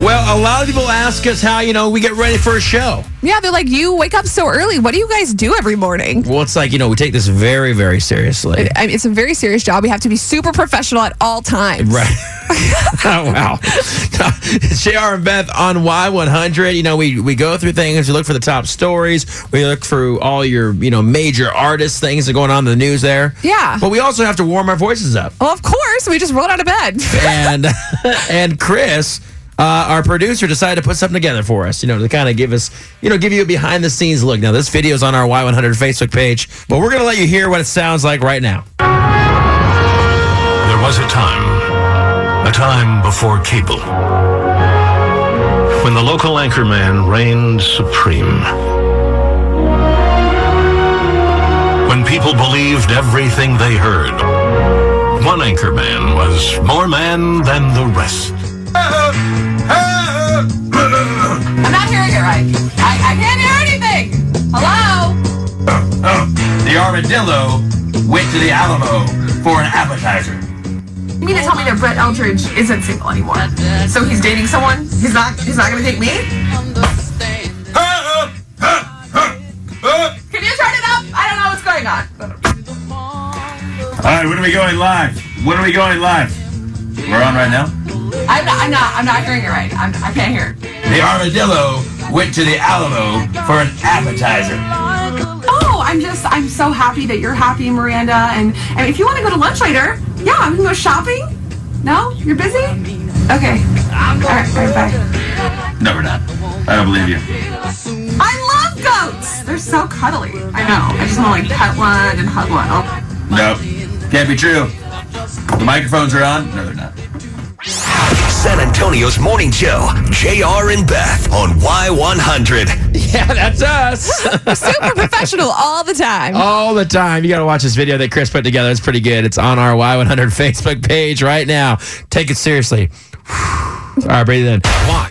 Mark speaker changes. Speaker 1: a lot of people ask us how you know we get ready for a show.
Speaker 2: Yeah, they're like, you wake up so early. What do you guys do every morning?
Speaker 1: Well, it's like you know we take this very very seriously.
Speaker 2: I mean, it's a very serious job. We have to be super professional at all times.
Speaker 1: Right. oh, wow. JR and Beth on Y100. You know, we, we go through things. We look for the top stories. We look through all your, you know, major artist things that are going on in the news there.
Speaker 2: Yeah.
Speaker 1: But we also have to warm our voices up.
Speaker 2: Well, of course, we just rolled out of bed.
Speaker 1: And, and Chris, uh, our producer, decided to put something together for us, you know, to kind of give us, you know, give you a behind the scenes look. Now, this video's on our Y100 Facebook page, but we're going to let you hear what it sounds like right now.
Speaker 3: There was a time, a time before cable, when the local anchorman reigned supreme. When people believed everything they heard, one anchorman was more man than the rest.
Speaker 2: I'm not hearing it right. I, I can't hear anything. Hello?
Speaker 4: The armadillo went to the Alamo for an appetizer.
Speaker 2: You mean to tell me that Brett Eldridge isn't single anymore? So he's dating someone? He's not he's not gonna date me? Can you turn it up? I don't know what's going on.
Speaker 4: All right, when are we going live? When are we going live? We're on right now.
Speaker 2: I'm not I'm not I'm not hearing it right. I'm I can't hear.
Speaker 4: The armadillo went to the Alamo for an appetizer.
Speaker 2: Oh, I'm just I'm so happy that you're happy, Miranda. And and if you wanna go to lunch later, yeah, I'm gonna go shopping. No? You're busy? Okay. Alright, all right, bye.
Speaker 4: No, we're not. I don't believe you.
Speaker 2: I love goats! They're so cuddly. I know. I just wanna like pet one and hug one. Oh.
Speaker 4: No, can't be true. The microphones are on. No, they're not.
Speaker 5: San Antonio's Morning Joe, JR and Beth on Y100.
Speaker 1: Yeah, that's us.
Speaker 2: super professional all the time.
Speaker 1: all the time. You got to watch this video that Chris put together. It's pretty good. It's on our Y100 Facebook page right now. Take it seriously. All right, breathe in.
Speaker 5: Why?